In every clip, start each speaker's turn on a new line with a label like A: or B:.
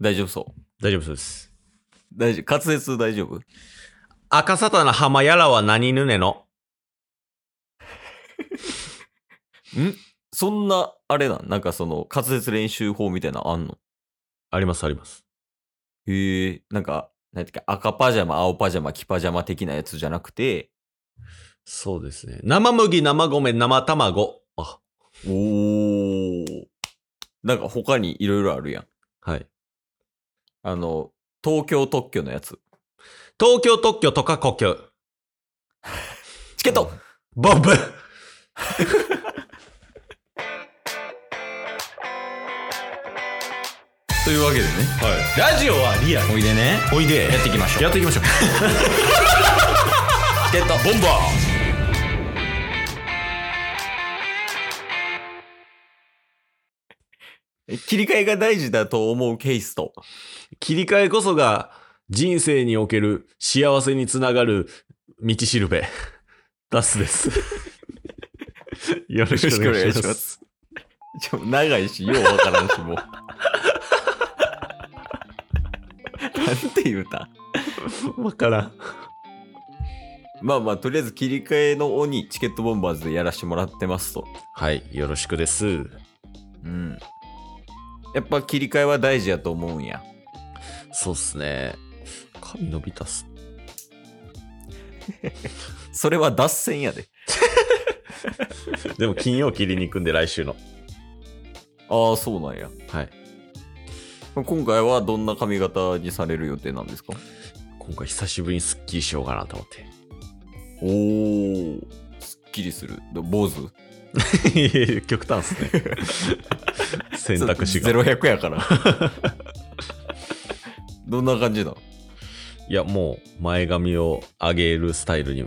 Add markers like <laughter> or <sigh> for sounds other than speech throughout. A: 大丈夫そう。
B: 大丈夫そうです。
A: 大丈夫。滑舌大丈夫
B: 赤沙汰な浜やらは何ぬねの
A: そ <laughs> んな、あれなんなんかその、滑舌練習法みたいなのあんの
B: ありますあります。
A: へえ、なんか、なんていうか、赤パジャマ、青パジャマ、黄パジャマ的なやつじゃなくて、
B: そうですね。生麦、生米、生卵。あ、
A: おー。なんか他にいろいろあるやん。
B: はい。
A: あの、東京特許のやつ。
B: 東京特許とか故郷。
A: <laughs> チケット
B: ボ
A: <laughs>
B: ンブ
A: というわけでね、
B: ラジオはリアル。
A: おいでね、
B: おいで。
A: やっていきましょう。
B: っていきましょ
A: <laughs>
B: う。
A: チケット
B: ボンバ
A: <laughs> 切り替えが大事だと思うケースと、
B: ー切り替えこそが人生における幸せにつながる道しるべ。 <laughs> ダス <laughs> です。よろしくお願いします。
A: ちょ長いし、ようわからんし、もう。なんて言うた
B: わからん。
A: まあまあ、とりあえず切り替えの鬼、チケットボンバーズでやらしてもらってますと。
B: はい、よろしくです。
A: うん。やっぱ切り替えは大事やと思うんや。
B: そうっすね。髪伸びたっす。
A: それは脱線やで。
B: でも金曜切りに行くんで来週の。
A: ああ、そうなんや。
B: はい。
A: 今回はどんな髪型にされる予定なんですか
B: 今回久しぶりにスッキリしようかなと思っ
A: おお。すっきりする。ど坊主
B: て。いや <laughs> 極端っすね。選択肢
A: ゼ
B: が。
A: ロ100や
B: <laughs>
A: から。どんな感じなの
B: いや、もう前髪を上げるスタイルに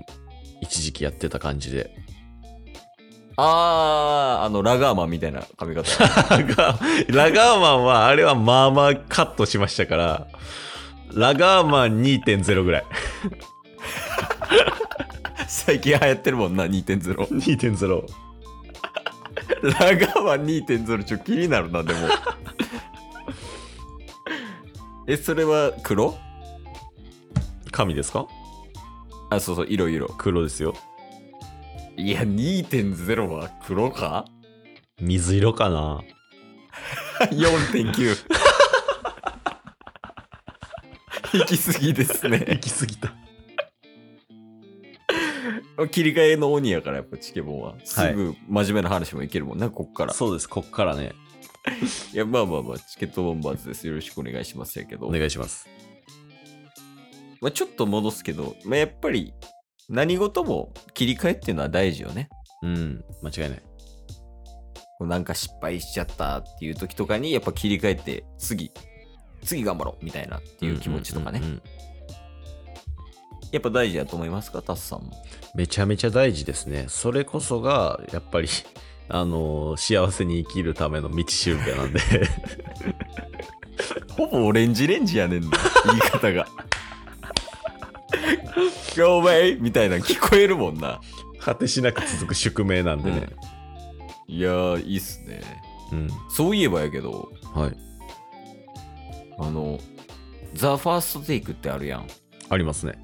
B: 一時期やってた感じで。
A: あー、あの、ラガーマンみたいな髪
B: <laughs>
A: 型。
B: ラガーラガーマンは、あれはまあまあカットしましたから、ラガーマン2.0ぐらい。 <laughs>
A: 最近流行ってるもんな、2.0。
B: 2.0。
A: ラガーマン2.0、ちょ、気になるな、でも。 <laughs> え、それは黒
B: 神ですか
A: あ、そうそう、色色。
B: 黒ですよ。
A: いや、2.0は黒か <laughs>
B: 水色かな <laughs>
A: ?4.9。行き過ぎですね。
B: き過ぎた。
A: 切り替えの鬼やから、やっぱチケボンは。すぐ真面目な話もいけるもんな、こっから。
B: そうです、こっからね。
A: いや、まあまあまあ、チケットボンバーズです。よろしくお願いしますやけど。
B: お願いします。
A: まあ、ちょっと戻すけど、まあ、やっぱり何事も切り替えっていうのは大事よね。
B: うん、間違いない。
A: こうなんか失敗しちゃったっていう時とかにやっぱ切り替えて次、次頑張ろうみたいなっていう気持ちとかね
B: うんう。んうんうん
A: やっぱ大事だと思いますか、タスさんも。
B: めちゃめちゃ大事ですね。それこそが、やっぱり、あのー幸せに生きるための道しるべなんで。 <laughs>
A: ほぼオレンジレンジやねんな、 <laughs> 言い方が。Go away! みたいなの聞こえるもんな。
B: 果てしなく続く宿命なんでね。
A: いやー、いいっすね。
B: うん。
A: そういえばやけど、
B: はい。
A: あの、ザ・ファーストテイクってあるやん。
B: ありますね。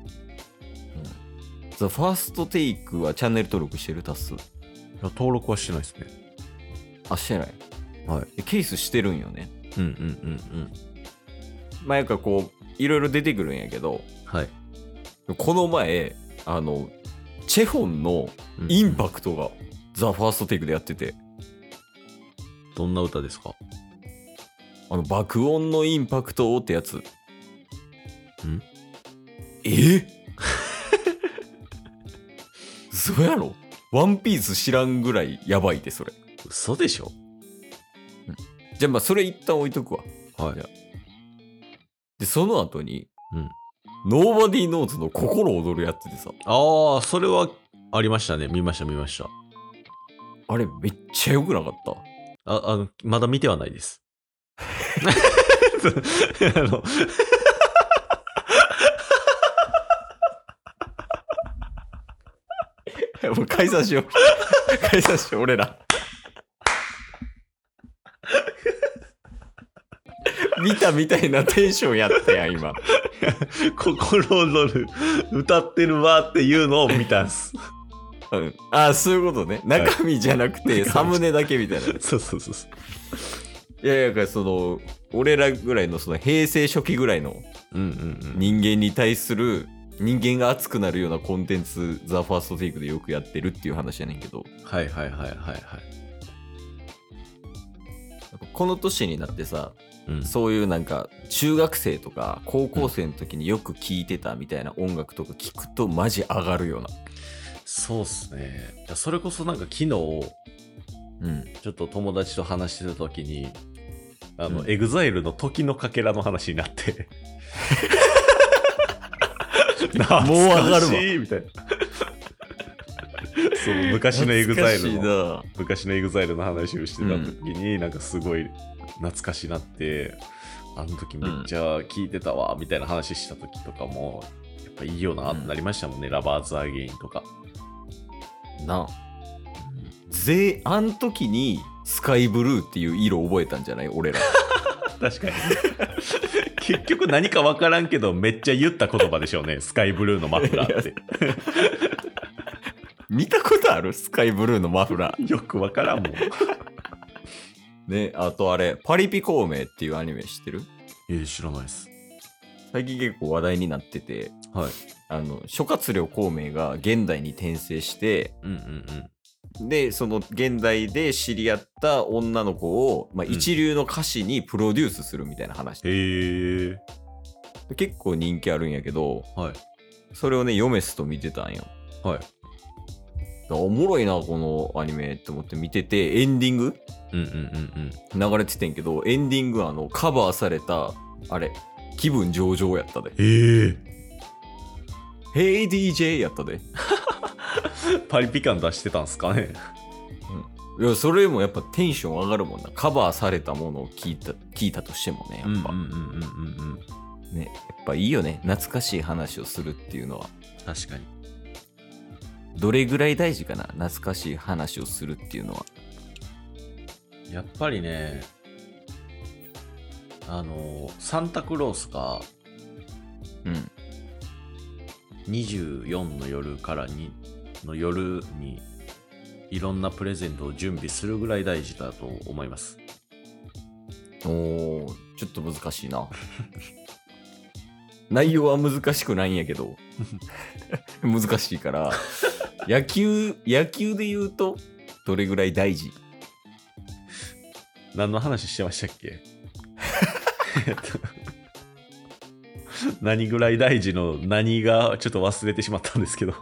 A: ザ・ファーストテイクはチャンネル登録してるタス。
B: いや登録はしてないですね。
A: あ、してない。
B: はい。
A: でケースしてるんよね。
B: うんうんうんうん。
A: まあ、やっぱこう、いろいろ出てくるんやけど、
B: はい。
A: この前、あの、チェホンのインパクトが、ザ・ファーストテイクでやってて、
B: どんな歌ですか
A: あの、爆音のインパクトをってやつ。んえ <laughs> そうやろワンピース知らんぐらいやばいで、それ。
B: 嘘でしょ
A: じゃあまあ、それ一旦置いとくわ。
B: はい
A: いやで、その後に、
B: うん
A: ノーバディーノーズの心躍るやつでさ、
B: ああ、それはありましたね。見ました見ました。
A: あれめっちゃ良くなかった。
B: あ、あの、まだ見てはないです。 <laughs> あの、
A: い <laughs> やもう解散しよう。 <laughs> 解散しよう、 <laughs> 俺ら。見たみたいなテンションやったやん、今。
B: 心躍る、歌ってるわっていうのを見たんす。
A: うん、ああ、そういうことね。
B: い
A: 中身じゃなくて、サムネだけみたいな。い
B: そうそうそうそう。
A: やいや、だからその、俺らぐらいの、その平成初期ぐらいの
B: うんうんうん。
A: 人間に対する、人間が熱くなるようなコンテンツ、ザ・ファーストテイクでよくやってるっていう話やねんけど、
B: はいはいはいはいはい。
A: この年になってさ、
B: うん
A: そういうなんか中学生とか高校生の時によく聴いてたみたいな音楽とか聞くとマジ上がるよ
B: そうっすね。いやそれこそなんか昨日、ちょ
A: うな。うん。
B: っと友達と話してた時に、あの、
A: うん
B: エグザイルの時のかけらの話になって。
A: もう上がるわ
B: 懐かしいみたいな。そう、昔のエグザイルの。
A: の。
B: 昔のエグザイルの話をしてた時に、なんかすごい懐かしなってあの時めっちゃ聞いてたわみたいな話した時とかも、やっぱいいよなってなりましたもんね、ラバーズ・アゲインとか
A: なあ。ぜ、あん時にスカイブルーっていう色覚えたんじゃない俺ら。
B: <laughs> 確かに <laughs> 結局何か分からんけどめっちゃ言った言葉でしょうねスカイブルーのマフラーって
A: 見たことあるスカイブルーのマフラ
B: よく分からんもん
A: ー。ね、あとあれ、パリピ孔明っていうアニメ知ってる
B: え知らないです
A: 最近結構話題になってて、
B: はい
A: あの、諸葛亮孔明が現代に転生して、
B: うんうん
A: でその現代で知り合った女の子を、まあ、
B: うん
A: 一流の歌手にプロデュースするみたいな話、
B: うんへえ
A: 結構人気あるんやけど
B: はい
A: それをねヨメスと見てたんよ
B: はい
A: だおもろいなこのアニメって思って見ててエンディング
B: うんうんうん
A: 流れててんけどエンディングあのカバーされたあれ気分上々やったで
B: うんへえ
A: 「Hey DJ」やったで
B: パリピ感出してたんすかね
A: いやそれもやっぱテンション上がるもんなカバーされたものを聞いた聞いたとしてもねやっぱ、
B: うんうんうんうんうん
A: ねやっぱいいよね懐かしい話をするっていうのは
B: 確かに
A: どれぐらい大事かな懐かしい話をするっていうのは。
B: やっぱりね、あの、サンタクロースが
A: うん。
B: 24の夜からにの夜にいろんなプレゼントを準備するぐらい大事だと思います。
A: おー、ちょっと難しいな。 <laughs> 内容は難しくないんやけど。 <laughs> 難しいから。野球、野球で言うと、どれぐらい大事
B: 何の話してましたっけ <laughs> えっと何ぐらい大事の何がちょっと忘れてしまったんですけど。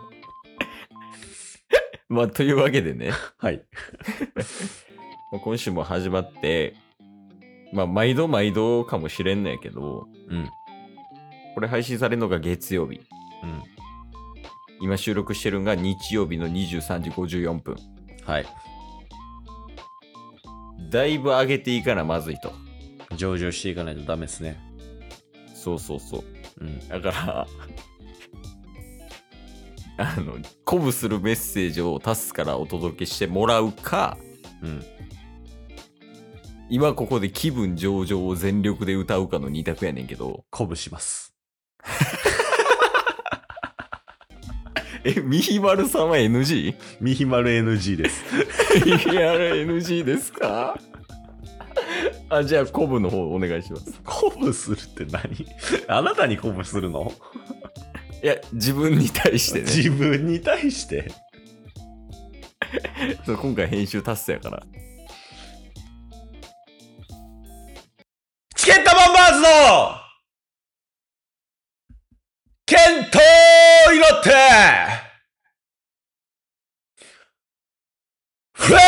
B: <laughs>
A: まあ、というわけでね、
B: はい。
A: まあ今週も始まって、まあ、毎度毎度かもしれんのやけど、
B: うん。
A: これ配信されるのが月曜日。
B: うん。
A: 今収録してるのが日曜日の23時54分。
B: はい。
A: だいぶ上げていかなまずいと。
B: 上場していかないとダメですね。
A: そうそうそう。
B: うん。
A: だから、あの、鼓舞するメッセージをタスからお届けしてもらうか、
B: うん。
A: 今ここで気分上々を全力で歌うかの2択やねんけど、
B: 鼓舞します。
A: え、ミヒマルさんは NG?
B: ミヒマル NG です。 <laughs>
A: ミヒマル NG ですかあ、じゃあ鼓舞の方お願いします。
B: 鼓舞するって何 <laughs> あなたに鼓舞するの、
A: いや、自分に対してね。
B: 自分に対して
A: そう今回編集タスやから。
B: チケットボンバーズの健闘を祈ってフレー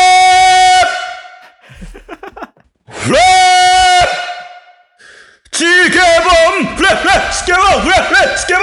B: フレーチケボンフレフレチケボンフレフレチケボン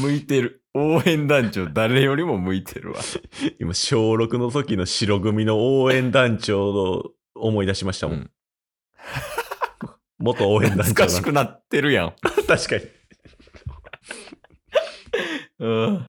A: 向いてる。応援団長、誰よりも向いてるわ。
B: 今、小6の時の白組の応援団長を思い出しましたもん。
A: うん
B: 元応援団
A: 懐か
B: 長な
A: し
B: んだ
A: くなってるやん。
B: 確かに。
A: うん。